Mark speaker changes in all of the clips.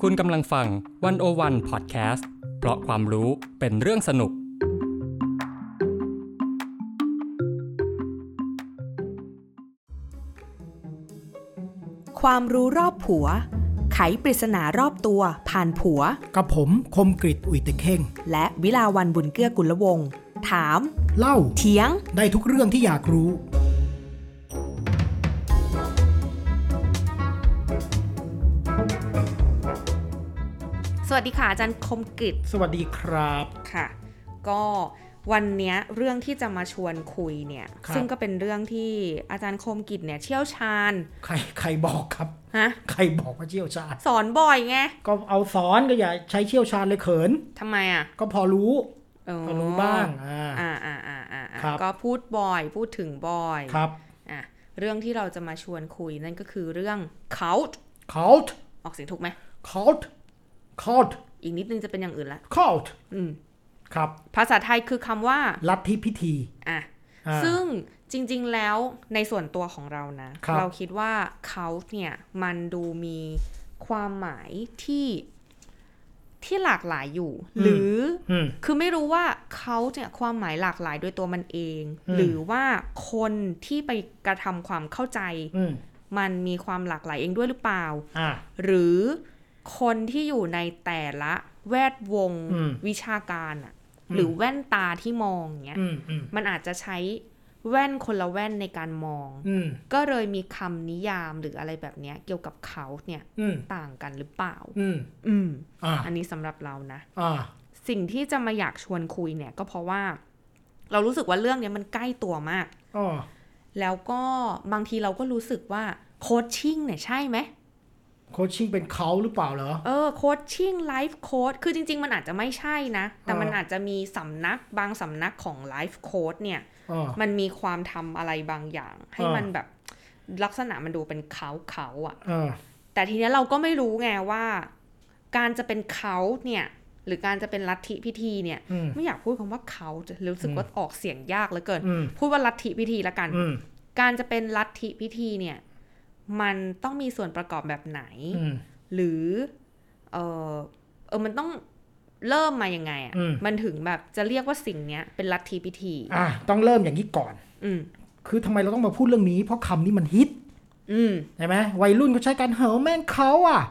Speaker 1: คุณกำลังฟังวันโอวันพอดแคสต์เพราะความรู้เป็นเรื่องสนุก
Speaker 2: ความรู้รอบผัว ไขปริศนารอบตัวผ่านผัว
Speaker 3: กับผมคมกริตอุ่ยตะเข่ง
Speaker 2: และวิลาวันบุญเกื้อกุลวงศ์ถาม
Speaker 3: เล่า
Speaker 2: เถียง
Speaker 3: ได้ทุกเรื่องที่อยากรู้
Speaker 2: สวัสดีค่ะอาจารย์คมกริต
Speaker 3: สวัสดีครับ
Speaker 2: ค่ะ ก็วันเนี้ยเรื่องที่จะมาชวนคุยเนี่ย
Speaker 3: ครับ
Speaker 2: ซึ่งก็เป็นเรื่องที่อาจารย์คมกริตเนี่ยเชี่ยวชาญ
Speaker 3: ใครใครบอกครับ
Speaker 2: ฮะ
Speaker 3: ใครบอกว่าเชี่ยวชาญ
Speaker 2: สอนบ่อยไง
Speaker 3: ก็เอาสอนก็อย่าใช้เชี่ยวชาญเลยเขิน
Speaker 2: ทำไมอ่ะ
Speaker 3: ก็พอรู้
Speaker 2: อ๋อ
Speaker 3: พอรู้บ้างอ่า
Speaker 2: อ่าอ่าอ่าอ่า
Speaker 3: ครับ
Speaker 2: ก็พูดบ่อยพูดถึงบ่อย
Speaker 3: ครับ
Speaker 2: อ่ะเรื่องที่เราจะมาชวนคุยนั่นก็คือเรื่อง count
Speaker 3: คาท์
Speaker 2: ออกเสียงถูกไหม
Speaker 3: คาท์คาท์
Speaker 2: อีกนิดนึงจะเป็นอย่างอื่นละ
Speaker 3: คาท์
Speaker 2: อืม
Speaker 3: ครับ
Speaker 2: ภาษาไทยคือคำว่า
Speaker 3: ลัทธิพิธี
Speaker 2: อ่ะ
Speaker 3: อ่า
Speaker 2: ซึ่งจริงๆ แล้วในส่วนตัวของเรานะ
Speaker 3: ครับ
Speaker 2: เราคิดว่าเขาเนี่ย มันดูมีความหมายที่ที่หลากหลายอยู่ หรืออ
Speaker 3: อืม
Speaker 2: คือไม่รู้ว่าเขาเนี่ยความหมายหลากหลายโดยตัวมันเอง
Speaker 3: อืม
Speaker 2: หรือว่าคนที่ไปกระทำความเข้าใจ
Speaker 3: อืม
Speaker 2: มันมีความหลากหลายเองด้วยหรือเปล่า
Speaker 3: อ่า
Speaker 2: หรือคนที่อยู่ในแต่ละแวดวง
Speaker 3: อืม
Speaker 2: วิชาการอะหรือแว่นตาที่มองเนี้ย
Speaker 3: อืมอืม
Speaker 2: มันอาจจะใช้แว่นคนละแว่นในการมอง
Speaker 3: อืม
Speaker 2: ก็เลยมีคำนิยามหรืออะไรแบบเนี้ยเกี่ยวกับเขาเนี่ย
Speaker 3: อืม
Speaker 2: ต่างกันหรือเปล่า
Speaker 3: อืม
Speaker 2: อืม
Speaker 3: อ่า
Speaker 2: อันนี้สำหรับเรานะ
Speaker 3: อ่า
Speaker 2: สิ่งที่จะมาอยากชวนคุยเนี่ยก็เพราะว่า เรารู้สึกว่าเรื่องเนี้ยมันใกล้ตัวมาก
Speaker 3: อ๋อ
Speaker 2: แล้วก็บางทีเราก็รู้สึกว่าโคชชิ่งเนี่ยใช่ไหม
Speaker 3: โคชชิ่งเป็นเขาหรือเปล่าเหรอ
Speaker 2: เออโคชชิ่งไลฟ์โค้ดคือจริง ๆ มันอาจจะไม่ใช่นะ แต่
Speaker 3: อ่ามั
Speaker 2: มันอาจจะมีสำนักบางสำนักของไลฟ์โค้ดเนี่ย
Speaker 3: อ๋อ
Speaker 2: มันมีความทำอะไรบางอย่าง ให้
Speaker 3: อ่ามั
Speaker 2: มันแบบลักษณะมันดูเป็นเขาเขาๆอะ
Speaker 3: อ่า
Speaker 2: แต่ทีเนี้ยเราก็ไม่รู้ไงว่า การจะเป็นเขาเนี่ย หรือการจะเป็นลัทธิพิธีเนี่ย
Speaker 3: อืม
Speaker 2: ไม่อยากพูดคำว่าเขารู้สึกว่าออกเสียงยากเหลือเกิน
Speaker 3: อืม
Speaker 2: พูดว่าลัทธิพิธีละกัน
Speaker 3: อืม
Speaker 2: การจะเป็นลัทธิพิธีเนี่ย มันต้องมีส่วนประกอบแบบไหน
Speaker 3: อืม
Speaker 2: หรือ เออเออมันต้องเริ่มมายังไงอะ่ะ
Speaker 3: อืม
Speaker 2: มันถึงแบบจะเรียกว่าสิ่งเนี้ยเป็นลัทธิพิธี
Speaker 3: อ่ะต้องเริ่มอย่างนี้ก่อน
Speaker 2: อืม
Speaker 3: คือทำไมเราต้องมาพูดเรื่องนี้ เพราะคำนี้มันฮิต
Speaker 2: อืม
Speaker 3: ใช่ไหมวัยรุ่นเขาใช้การเหอแม่งเขาอ่ะ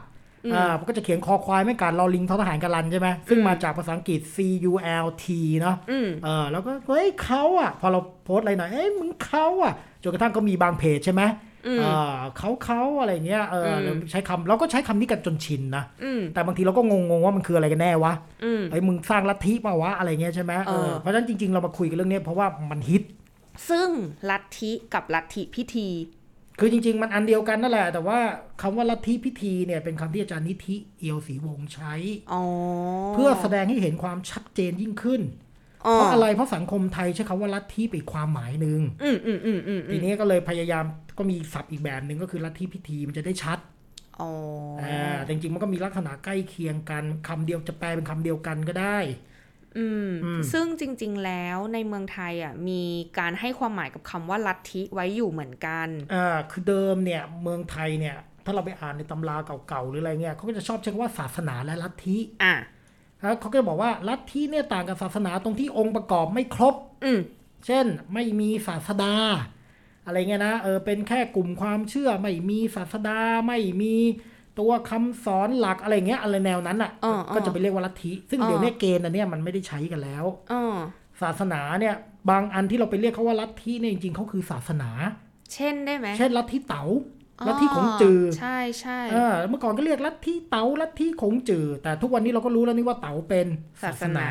Speaker 2: อืม
Speaker 3: อ่าก็จะเขียนคอควายแม่งการลอลิงทอทหารการันใช่ไหมซึ่ง
Speaker 2: อืม
Speaker 3: มาจากภาษาอังกฤษ C U L T เนาะ
Speaker 2: อืม
Speaker 3: เออแล้วก็เฮ้ยเขาอ่ะ พอเราโพสต์อะไรหน่อยเอ้ยมึงเขาอ่ะจนกระทั่งก็มีบางเพจใช่ไหม
Speaker 2: อืม
Speaker 3: เออเขาเขาอะไรเงี้ยเอออ
Speaker 2: ม
Speaker 3: เราใช้คำเราก็ใช้คำนี้กันจนชินนะ
Speaker 2: อืม
Speaker 3: แต่บางทีเราก็งงๆว่ามันคืออะไรกันแน่วะ
Speaker 2: อืม
Speaker 3: เอ้ยมึงสร้างลัทธิมาวะอะไรเงี้ยใช่ไหมเอ
Speaker 2: เอ
Speaker 3: อ
Speaker 2: อ
Speaker 3: เพราะฉะนั้นจริงๆเรามาคุยกันเรื่องเนี้ยเพราะว่ามันฮิต
Speaker 2: ซึ่งลัทธิกับลัทธิพิธี
Speaker 3: คือจริงๆ มันอันเดียวกันนั่นแหละ แต่ว่าคำว่าลัทธิพิธีเนี่ยเป็นคำที่อาจารย์นิธิเอียวศรีวงศ์ใช้
Speaker 2: อ๋อ
Speaker 3: เพื่อแสดงให้เห็นความชัดเจนยิ่งขึ้น
Speaker 2: อ๋อ
Speaker 3: เพราะอะไรเพราะสังคมไทยใช้คำว่าลัทธิไปอีกความหมายหนึ่ง
Speaker 2: อืมอืมอืมอืมอื
Speaker 3: ที
Speaker 2: ม
Speaker 3: นี้ก็เลยพยายามก็มีศัพท์อีกแบบหนึ่งก็คือลัทธิพิธีมันจะได้ชัด
Speaker 2: อ๋ออ
Speaker 3: อ่าแต่จริงๆมันก็มีลักษณะใกล้เคียงกันคำเดียวจะแปลเป็นคำเดียวกันก็ได้
Speaker 2: อืม
Speaker 3: อืม
Speaker 2: ซึ่งจริง ๆ แล้วในเมืองไทยอ่ะ มีการให้ความหมายกับคำว่าลัทธิไว้อยู่เหมือนกัน
Speaker 3: อ่าคือเดิมเนี่ยเมืองไทยเนี่ยถ้าเราไปอ่านในตำราเก่าๆหรืออะไรเงี้ยเขาก็จะชอบใช้คำว่าศาสนาและลัทธิ
Speaker 2: อ่ะ
Speaker 3: แล้วเขาก็จะบอกว่าลัทธิเนี่ยต่างกับศาสนาตรงที่องค์ประกอบไม่ครบ
Speaker 2: อืม
Speaker 3: เช่นไม่มีศาสดา อะไรเงี้ยนะเออเป็นแค่กลุ่มความเชื่อไม่มีศาสดาไม่มีตัวคำสอนหลักอะไรเงี้ยอะไรแนวนั้นอ่ะ
Speaker 2: อ่า
Speaker 3: ก็จะไปเรียกว่าลัทธิ ซึ่ง
Speaker 2: อ่า
Speaker 3: เดี๋ยวเนี้ยเกณฑ์อันเนี้ยมันไม่ได้ใช้กันแล้ว
Speaker 2: อ๋อ
Speaker 3: ศาสนาเนี่ยบางอันที่เราไปเรียกเขาว่าลัทธิเนี่ยจริงๆเขาคือศาสนา
Speaker 2: เช่นได้ไหม
Speaker 3: เช่นลัทธิเต๋า
Speaker 2: อ๋อ
Speaker 3: ลัทธิของจือ
Speaker 2: ใช่ใช่
Speaker 3: เออเมื่อก่อนก็เรียกลัทธิเต๋าลัทธิของจือ แต่ทุกวันนี้เราก็รู้แล้วนี่ว่าเต๋าเป็น
Speaker 2: ศาสนา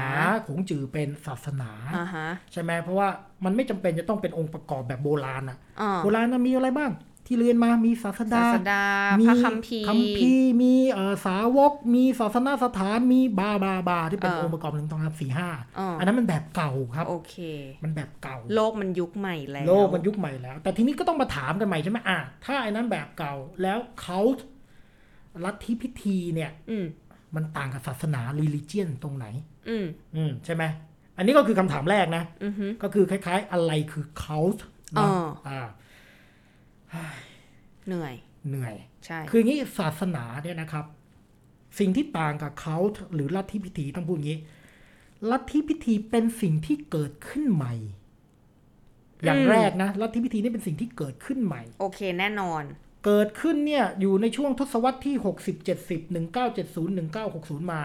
Speaker 3: ของจือเป็นศาสนา
Speaker 2: อ่าฮะ
Speaker 3: ใช่ไหมเพราะว่ามันไม่จำเป็นจะต้องเป็นองค์ประกอบแบบโบราณอะ
Speaker 2: อ่า
Speaker 3: โบราณน่ะมีอะไรบ้าง ที่เรียนมามีศาส
Speaker 2: ศา
Speaker 3: ดา
Speaker 2: สดา
Speaker 3: มี
Speaker 2: พระคัมภีร์
Speaker 3: คัมภีร์มีเอ่อสาวก มีศาสนาสถานมีบาบาบาที่เป็น
Speaker 2: เออ
Speaker 3: องค์ประกอบหนึ่งตองครับสี่ห้า
Speaker 2: อ่า
Speaker 3: อันนั้นมันแบบเก่าครับ
Speaker 2: โอเค
Speaker 3: มันแบบเก่า
Speaker 2: โลกมันยุคใหม่แล้ว
Speaker 3: โลกมันยุคใหม่แล้ว แต่ทีนี้ก็ต้องมาถามกันใหม่ใช่ไหมอ่ะถ้าไอ้นั้นแบบเก่าแล้วเขาลัทธิพิธีเนี่ย
Speaker 2: อืม
Speaker 3: มันต่างกับศาสนา religion ตรงไหน
Speaker 2: อืม
Speaker 3: อืมใช่ไหมอันนี้ก็คือคำถามแรกนะ
Speaker 2: อือฮึ
Speaker 3: ก็คือคล้ายๆ อะไรคือ cult
Speaker 2: อ๋
Speaker 3: เนาะ
Speaker 2: อ
Speaker 3: อ่า
Speaker 2: เหนื่อย
Speaker 3: เหนื่อย
Speaker 2: ใช่
Speaker 3: คืออย่างนี้ศาสนาเนี่ยนะครับ สิ่งที่ต่างกับเขาหรือลัทธิพิธีต้องพูดอย่างนี้ ลัทธิพิธีเป็นสิ่งที่เกิดขึ้นใหม่ อย่าง
Speaker 2: อืม
Speaker 3: แรกนะลัทธิพิธีนี่เป็นสิ่งที่เกิดขึ้นใหม่
Speaker 2: โอเคแน่นอน
Speaker 3: เกิดขึ้นเนี่ยอยู่ในช่วงทศวรรษที่ 60 70 1970 1960 มา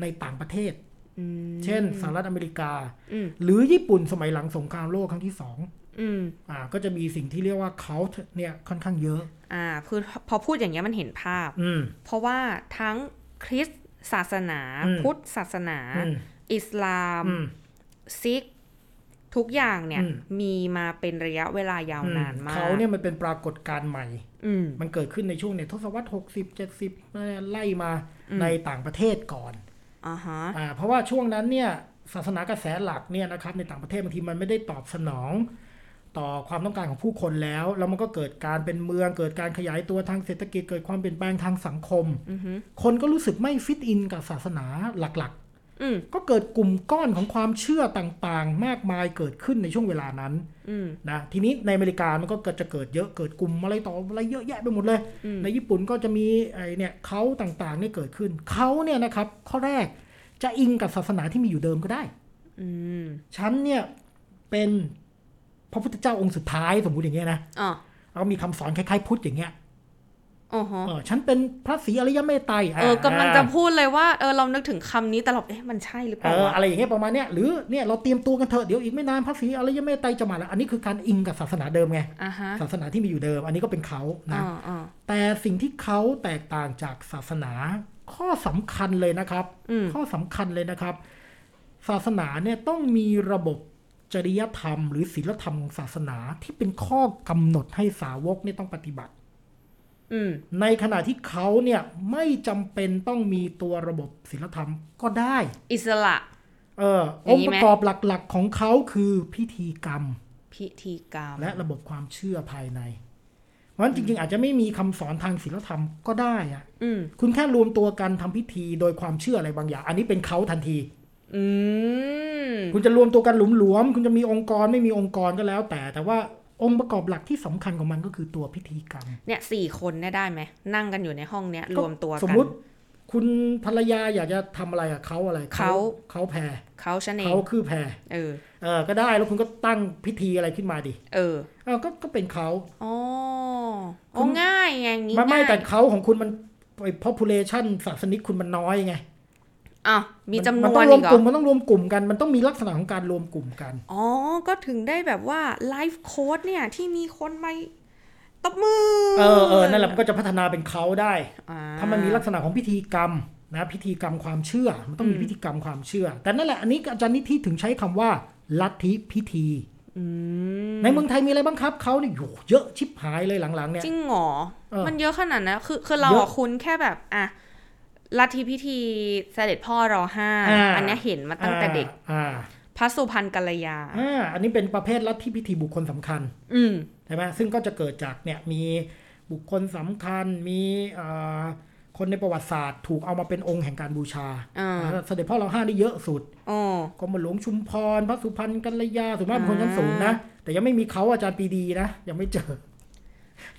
Speaker 3: ในต่างประเทศ
Speaker 2: อืม
Speaker 3: เช่นสหรัฐอเมริกา
Speaker 2: อืม
Speaker 3: หรือญี่ปุ่นสมัยหลังสงครามโลกครั้งที่สอง
Speaker 2: อืม
Speaker 3: อ่าก็จะมีสิ่งที่เรียกว่าเขาเนี่ยค่อนข้างเยอะ
Speaker 2: อ่าคือพอพูดอย่างเงี้ยมันเห็นภาพ
Speaker 3: อืม
Speaker 2: เพราะว่าทั้งคริสต์ศาสนา
Speaker 3: อืม
Speaker 2: พุทธศาสนา
Speaker 3: อืม
Speaker 2: อิสลาม
Speaker 3: อืม
Speaker 2: ซิก ทุกอย่างเนี่ย
Speaker 3: อืม
Speaker 2: มีมาเป็นระยะเวลายาว
Speaker 3: อื
Speaker 2: นานมาก
Speaker 3: เขาเนี่ยมันเป็นปรากฏการณ์ใหม่
Speaker 2: อืม
Speaker 3: มันเกิดขึ้นในช่วงเนี่ยทศวรรษ 60 70 ไล่มา
Speaker 2: อืม
Speaker 3: ในต่างประเทศก่อน
Speaker 2: อ่าฮะ
Speaker 3: อ่าเพราะว่าช่วงนั้นเนี่ยศาสนากระแสหลักเนี่ยนะครับในต่างประเทศบางทีมันไม่ได้ตอบสนอง ต่อความต้องการของผู้คนแล้ว แล้วมันก็เกิดการเป็นเมืองเกิดการขยายตัวทางเศรษฐกิจเกิดความเปลี่ยนแปลงทางสังคม
Speaker 2: อือฮึ
Speaker 3: คนก็รู้สึกไม่ฟิตอินกับศาสนาหลัก
Speaker 2: อืม
Speaker 3: ๆ ก็เกิดกลุ่มก้อนของความเชื่อต่างๆ มากมายเกิดขึ้นในช่วงเวลานั้น
Speaker 2: อืม
Speaker 3: นะทีนี้ในอเมริกามันก็เกิดจะเกิดเยอะเกิดกลุ่มอะไรต่ออะไรเยอะแยะไปหมดเลย
Speaker 2: อืม
Speaker 3: ในญี่ปุ่นก็จะมีไอเนี่ยเขาต่างๆเนี่ยเกิดขึ้นเขาเนี่ยนะครับข้อแรกจะอิงกับศาสนาที่มีอยู่เดิมก็ได้
Speaker 2: อืม
Speaker 3: ฉันเนี่ยเป็นพระพุทธเจ้าองค์สุดท้ายสมมติอย่างเงี้ยนะ
Speaker 2: อ๋อ
Speaker 3: แล้วก็มีคำสอนคล้ายๆพุทธอย่างเงี้ย
Speaker 2: อ๋อฮะ
Speaker 3: เออฉันเป็นพระศรีอริยเมตไตร
Speaker 2: เออกำลังจะพูดเลยว่าเออเรานึกถึงคำนี้แต่เราเอ๊ะมันใช่หรือเป
Speaker 3: เอ
Speaker 2: ล่า
Speaker 3: อ
Speaker 2: วะ
Speaker 3: อะไรอย่างเงี้ยประมาณเนี้ยหรือเนี่ยเราเตรียมตัวกันเถอะเดี๋ยวอีกไม่นานพระศรีอริยเมตไตรจะมาแล้วอันนี้คือการอิงกับศาสนาเดิมไง
Speaker 2: อ่าฮะ
Speaker 3: ศาสนาที่มีอยู่เดิม อันนี้ก็เป็นเขานะ
Speaker 2: อ๋ออ๋อ
Speaker 3: แต่สิ่งที่เขาแตกต่างจากศาสนา ข้อสำคัญเลยนะครับ
Speaker 2: อืม
Speaker 3: ข้อสำคัญเลยนะครับ ศาสนาเนี่ยต้องมีระบบจริยธรรม หรือศีลธรรมของศาสนาที่เป็นข้อกำหนดให้สาวกเนี่ยต้องปฏิบัติ
Speaker 2: อืม
Speaker 3: ในขณะที่เขาเนี่ยไม่จำเป็นต้องมีตัวระบบศีลธรรมก็ได้
Speaker 2: อิสระ
Speaker 3: เออ
Speaker 2: อ
Speaker 3: อย่าง ง
Speaker 2: นี้
Speaker 3: ค์ป
Speaker 2: ไหม
Speaker 3: ระกอบหลักๆของเขาคือพิธีกรรม
Speaker 2: พิธีกรรม
Speaker 3: และระบบความเชื่อภายใน เพราะฉะนั้นจริง ๆ อาจจะไม่มีคำสอนทางศีลธรรมก็ได้อะ
Speaker 2: อืม
Speaker 3: คุณแค่รวมตัวกันทำพิธีโดยความเชื่ออะไรบางอย่าง อันนี้เป็นเขาทันที
Speaker 2: อืม
Speaker 3: คุณจะรวมตัวกันหลวมๆคุณจะมีองค์กรไม่มีองค์กรก็แล้ว แต่ แต่ว่าองค์ประกอบหลักที่สำคัญของมันก็คือตัวพิธีกรรม
Speaker 2: เนี่ยสี่คนเนี่ยได้ไหมนั่งกันอยู่ในห้องเนี้ยรวมตัวกัน
Speaker 3: สมมติ คุณภรรยาอยากจะทำอะไรอะเขาอะไร
Speaker 2: เขา
Speaker 3: เขาแพร
Speaker 2: เขาฉันเอง
Speaker 3: เขาคือแพร
Speaker 2: เออ
Speaker 3: เออก็ได้แล้วคุณก็ตั้งพิธีอะไรขึ้นมาดิ
Speaker 2: เออ
Speaker 3: เออก็ก็เป็นเขา
Speaker 2: อ๋อโอ้
Speaker 3: คุณ
Speaker 2: ง่ายไงอย่างงี้
Speaker 3: ไม่ไม่
Speaker 2: ง่าย
Speaker 3: แต่เขาของคุณมันไอ้ population ศาสนิกคุณมันน้อยไง
Speaker 2: อ้าวมีจำนว
Speaker 3: มั
Speaker 2: น
Speaker 3: ต้องรว
Speaker 2: อี
Speaker 3: ม
Speaker 2: กเหร
Speaker 3: กลุ่ม
Speaker 2: อ
Speaker 3: มันต้องรวมกลุ่มกันมันต้องมีลักษณะของการรวมกลุ่มกัน
Speaker 2: อ๋อ ก็ถึงได้แบบว่าไลฟ์โค้ดเนี่ย ที่มีคนไปตบมือ
Speaker 3: เออเออนั่นแหละมันก็จะพัฒนาเป็นเขาได้
Speaker 2: อ่
Speaker 3: ถ้ามันมีลักษณะของพิธีกรรมนะพิธีกรรมความเชื่อ มันต้องมีพิธีกรรมความเชื่อ แต่นั่นแหละอันนี้อาจารย์นิธิถึงใช้คำว่า ลัทธิพิธี
Speaker 2: อืม
Speaker 3: ในเมืองไทยมีอะไรบ้างครับเขาเนี่ยโอ้โหเยอะชิบหายเลยหลังๆเนี่ย
Speaker 2: จริงเหรอ
Speaker 3: เออ
Speaker 2: มันเยอะขนาดนั้นคือคือเรา
Speaker 3: เย
Speaker 2: อะ
Speaker 3: อะ
Speaker 2: คุณแค่แบบอ่ะลัทธิพิธีเสด็จพ่อรอห้า
Speaker 3: อ่า
Speaker 2: อันเนี้ยเห็นมาตั้งแต่เด็ก
Speaker 3: อ่า
Speaker 2: พระสุพรรณกัลยา
Speaker 3: อ่าอ่าอันนี้เป็นประเภทลัทธิพิธีบุคคลสำคัญ
Speaker 2: อืม
Speaker 3: ใช่ไหมซึ่งก็จะเกิดจากเนี่ยมีบุคคลสำคัญมีเอ่อคนในประวัติศาสตร์ ถูกเอามาเป็นองค์แห่งการบูชา
Speaker 2: อ่า
Speaker 3: อ่าเสด็จพ่อเราห้านี่เยอะสุด
Speaker 2: โอ้
Speaker 3: กรมหลวงชุมพร พระสุพรรณกัลยาสุมาพเป็นคนชั้นสูงนะ แต่ยังไม่มีเขาอาจารย์ปรีดีนะ ยังไม่เจอ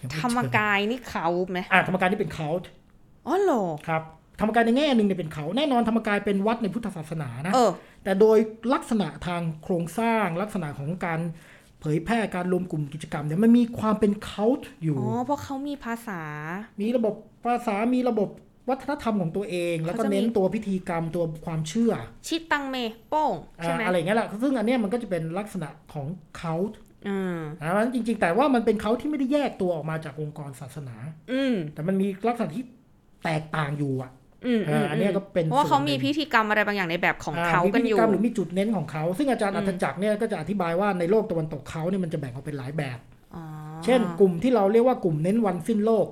Speaker 3: ยังไเจอ
Speaker 2: ธรรมกายนี่เขาไหม
Speaker 3: อ่าธรรมกายนี่เป็นเขา
Speaker 2: อ๋อเหรอ
Speaker 3: ครับธรรมกายในแง่หนึ่งเนี่ยเป็นเขาแน่นอนธรรมกายเป็นวัดในพุทธศาสนานะ
Speaker 2: เออ
Speaker 3: แต่โดยลักษณะทางโครงสร้างลักษณะของการเผยแพร่การรวมกลุ่มกิจกรรมเนี่ยมันมีความเป็นเขาอยู่
Speaker 2: อ๋อ เพราะเขามีภาษา
Speaker 3: มีระบบภาษามีระบบวัฒนธรรมของตัวเอง แล้วก็
Speaker 2: เขาจะมี
Speaker 3: เน้นตัวพิธีกรรมตัวความเชื่อ
Speaker 2: ชิตังเมโป้ง ใช่
Speaker 3: อ่า
Speaker 2: ไหม
Speaker 3: อะไรอย่างเงี้ยแหละซึ่งอันเนี้ยมันก็จะเป็นลักษณะของเขา
Speaker 2: อืม
Speaker 3: นะมันจริงๆ แต่ว่ามันเป็นเขาที่ไม่ได้แยกตัวออกมาจากองค์กรศาสนา
Speaker 2: อืม
Speaker 3: แต่มันมีลักษณะที่แตกต่างอยู่อ่ะ
Speaker 2: อืม
Speaker 3: เอออันเนี้ยก็เป็น
Speaker 2: เพราะว่าเขา
Speaker 3: ส่วนหนึ่
Speaker 2: มี
Speaker 3: ง
Speaker 2: พิธีกรรมอะไรบางอย่างในแบบของเขากันอยู่
Speaker 3: มีพฤติรรมหรือมีจุดเน้นของเขา ซึ่งอาจารย์
Speaker 2: อื
Speaker 3: อั
Speaker 2: ม
Speaker 3: ธจักรเนี่ยก็จะอธิบายว่าในโลกตะวันตกเขาเนี่ยมันจะแบ่งออกเป็นหลายแบบ
Speaker 2: อ๋อ
Speaker 3: เช่น กลุ่มที่เราเรียกว่ากลุ่มเน้นวันสิ้นโลก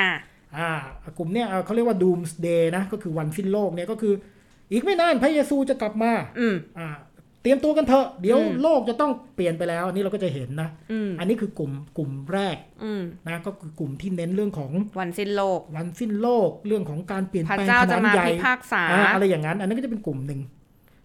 Speaker 2: อ่ะ
Speaker 3: อ่ากลุ่มเนี่ยเอ่อเขาเรียกว่า doomsday นะก็คือวันสิ้นโลกเนี่ยก็คือ อีกไม่นานพระเยซูจะกลับมา
Speaker 2: อืม
Speaker 3: อ่าเตรียมตัวกันเถอะเดี๋ยว
Speaker 2: อืม
Speaker 3: โลกจะต้องเปลี่ยนไปแล้วอันนี้เราก็จะเห็นนะ
Speaker 2: อืม
Speaker 3: อันนี้คือกลุ่มกลุ่มแรก
Speaker 2: อืม
Speaker 3: นะก็คือกลุ่มที่เน้นเรื่องของ
Speaker 2: วันสิ้นโลก
Speaker 3: วันสิ้นโลกเรื่องของการเปลี่ยน
Speaker 2: พระ
Speaker 3: แปลง
Speaker 2: เจ้า
Speaker 3: ข
Speaker 2: จะ
Speaker 3: นาด
Speaker 2: มา
Speaker 3: ใหญ่
Speaker 2: พิพากษา
Speaker 3: อ่าอะไรอย่างนั้น อันนั้นก็จะเป็นกลุ่มหนึ่ง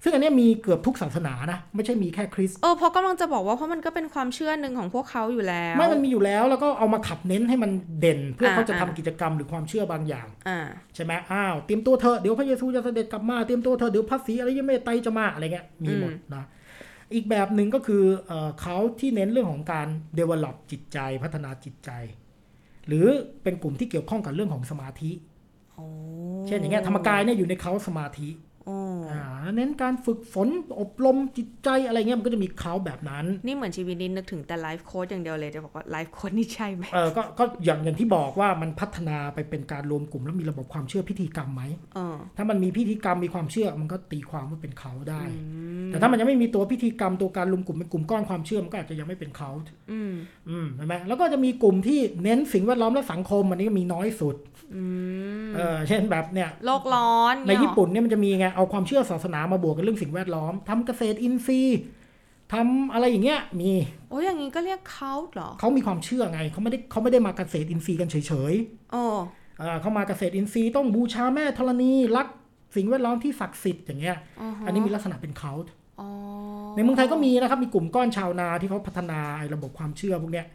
Speaker 3: ซึ่งอันเนี้ยมีเกือบทุกศาสนานะไม่ใช่มีแค่คริสต์
Speaker 2: เออเพอกำลังจะบอกว่าเพราะมันก็เป็นความเชื่อหนึ่งของพวกเขาอยู่แล้ว
Speaker 3: ไม่มันมีอยู่แล้วแล้วก็เอามาขับเน้นให้มันเด่น เพื่อเขาจะทำ
Speaker 2: อ่าอ่า
Speaker 3: กิจกรรมหรือความเชื่อบางอย่าง
Speaker 2: อ่า
Speaker 3: ใช่ไหมอ้าว เตรียมตัวเธอะเดี๋ยวพระเยซูจะเสด็จกลับมา เตรียมตัวเธอะเดี๋ยวพระศรีอริยเมตไตรจะมาอะไรเงี้ย มีหมดนะ อีกแบบหนึ่งก็คือเอ่อเขาที่เน้นเรื่องของการ develop จิตใจ พัฒนาจิตใจ หรือเป็นกลุ่มที่เกี่ยวข้องกับเรื่องของสมาธิ
Speaker 2: โอ้
Speaker 3: เช่นอย่างเงี้ยธรรมกายเนี่ยอยู่ในเขาสมาธิ
Speaker 2: โอ้
Speaker 3: อ่า เน้นการฝึกฝนอบรมจิตใจอะไรเงี้ยมันก็จะมีเขาแบบนั้น
Speaker 2: นี่เหมือนชีวิตนี้นึกถึงแต่ไลฟ์โค้ดอย่างเดียวเลยจะบอกว่าไลฟ์โค้ดนี่ใช่ไหม
Speaker 3: เออก็ก็อย่างอย่างที่บอกว่ามันพัฒนาไปเป็นการรวมกลุ่มแล้วมีระบบความเชื่อพิธีกรรมไหม
Speaker 2: เออ
Speaker 3: ถ้ามันมีพิธีกรรมมีความเชื่อมันก็ตีความว่าเป็นเขาได้
Speaker 2: อืม
Speaker 3: แต่ถ้ามันยังไม่มีตัวพิธีกรรมตัวการรวมกลุ่มเป็นกลุ่มก้อนความเชื่อมันก็อาจจะยังไม่เป็นเขา
Speaker 2: อืม
Speaker 3: อืมใช่ไหมแล้วก็จะมีกลุ่มที่เน้นสิ่งแวดล้อมและสังคมอันนี้ก็มีน้อยสุด
Speaker 2: อืม
Speaker 3: เออเช่นแบบเนี่ย
Speaker 2: โลกร้อน
Speaker 3: ใน
Speaker 2: เยหรอ
Speaker 3: ญี่ปุ่นเนี่ยมันจะมีไงเอาความเชื่อศาสนามาบวกกับเรื่องสิ่งแวดล้อมทำเกษตรอินทรีย์ทำอะไรอย่างเงี้ยมี
Speaker 2: โอ้ยอย่างนี้ก็เรียกเขาเหรอ
Speaker 3: เขามีความเชื่อไงเขาไม่ได้เขาไม่ได้มาเกษตรอินทรีย์กันเฉย
Speaker 2: โอ้
Speaker 3: ๆเออเขามาเกษตรอินทรีย์ต้องบูชาแม่ธรณีรักสิ่งแวดล้อมที่ศักดิ์สิทธิ์อย่างเงี้ยอันนี้มีลักษณะเป็นเขา
Speaker 2: อ๋อ
Speaker 3: ในเมืองไทยก็มีนะครับ มีกลุ่มก้อนชาวนาที่เขาพัฒนาไอ้ระบบความเชื่อพวกเนี้ย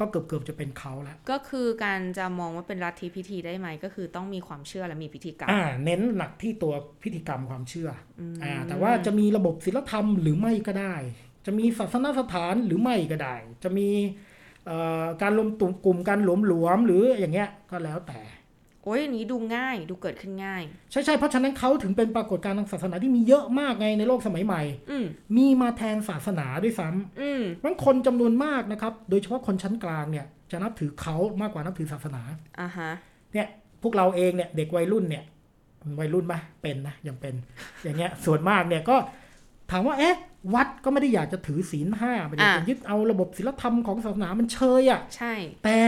Speaker 3: ก็เกือบเกือบๆจะเป็นเขาแล้ว
Speaker 2: ก็คือการจะมองว่าเป็นรัฐทีพิธีได้ไหม ก็คือต้องมีความเชื่อและมีพิธีกรรม
Speaker 3: อ่า เน้นหลักที่ตัวพิธีกรรมความเชื่อออ่า แต่ว่าจะมีระบบศิลธรรมหรือไม่ก็ได้ จะมีศาสนสถานหรือไม่ก็ได้ จะมีเอ่อการรวมตุ่มกลุ่มการหลวมหลวมๆหรืออย่างเงี้ยก็แล้วแต่
Speaker 2: โอ้ยอย่างนี้ดูง่ายดูเกิดขึ้นง่าย
Speaker 3: ใช่ใช่ๆเพราะฉะนั้นเขาถึงเป็นปรากฏการณ์ทางศาสนาที่มีเยอะมากไงในโลกสมัยใหม่
Speaker 2: อืม
Speaker 3: มีมาแทนศาสนาด้วยซ้ำ
Speaker 2: อืม
Speaker 3: เพราะฉะนั้นคนจำนวนมากนะครับ โดยเฉพาะคนชั้นกลางเนี่ยจะนับถือเขามากกว่านับถือศาสนา
Speaker 2: อ่าฮะ
Speaker 3: เนี่ยพวกเราเองเนี่ยเด็กวัยรุ่นเนี่ยวัยรุ่นปะเป็นนะยังเป็น อย่างเงี้ยส่วนมากเนี่ยก็ถามว่าเอ๊ะวัดก็ไม่ได้อยากจะถือศีลห้าไม่ได้อยากจะ
Speaker 2: อ่ะ
Speaker 3: ยึดเอาระบบศีลธรรมของศาสนามันเชยอะ่ะ
Speaker 2: ใช่
Speaker 3: แต่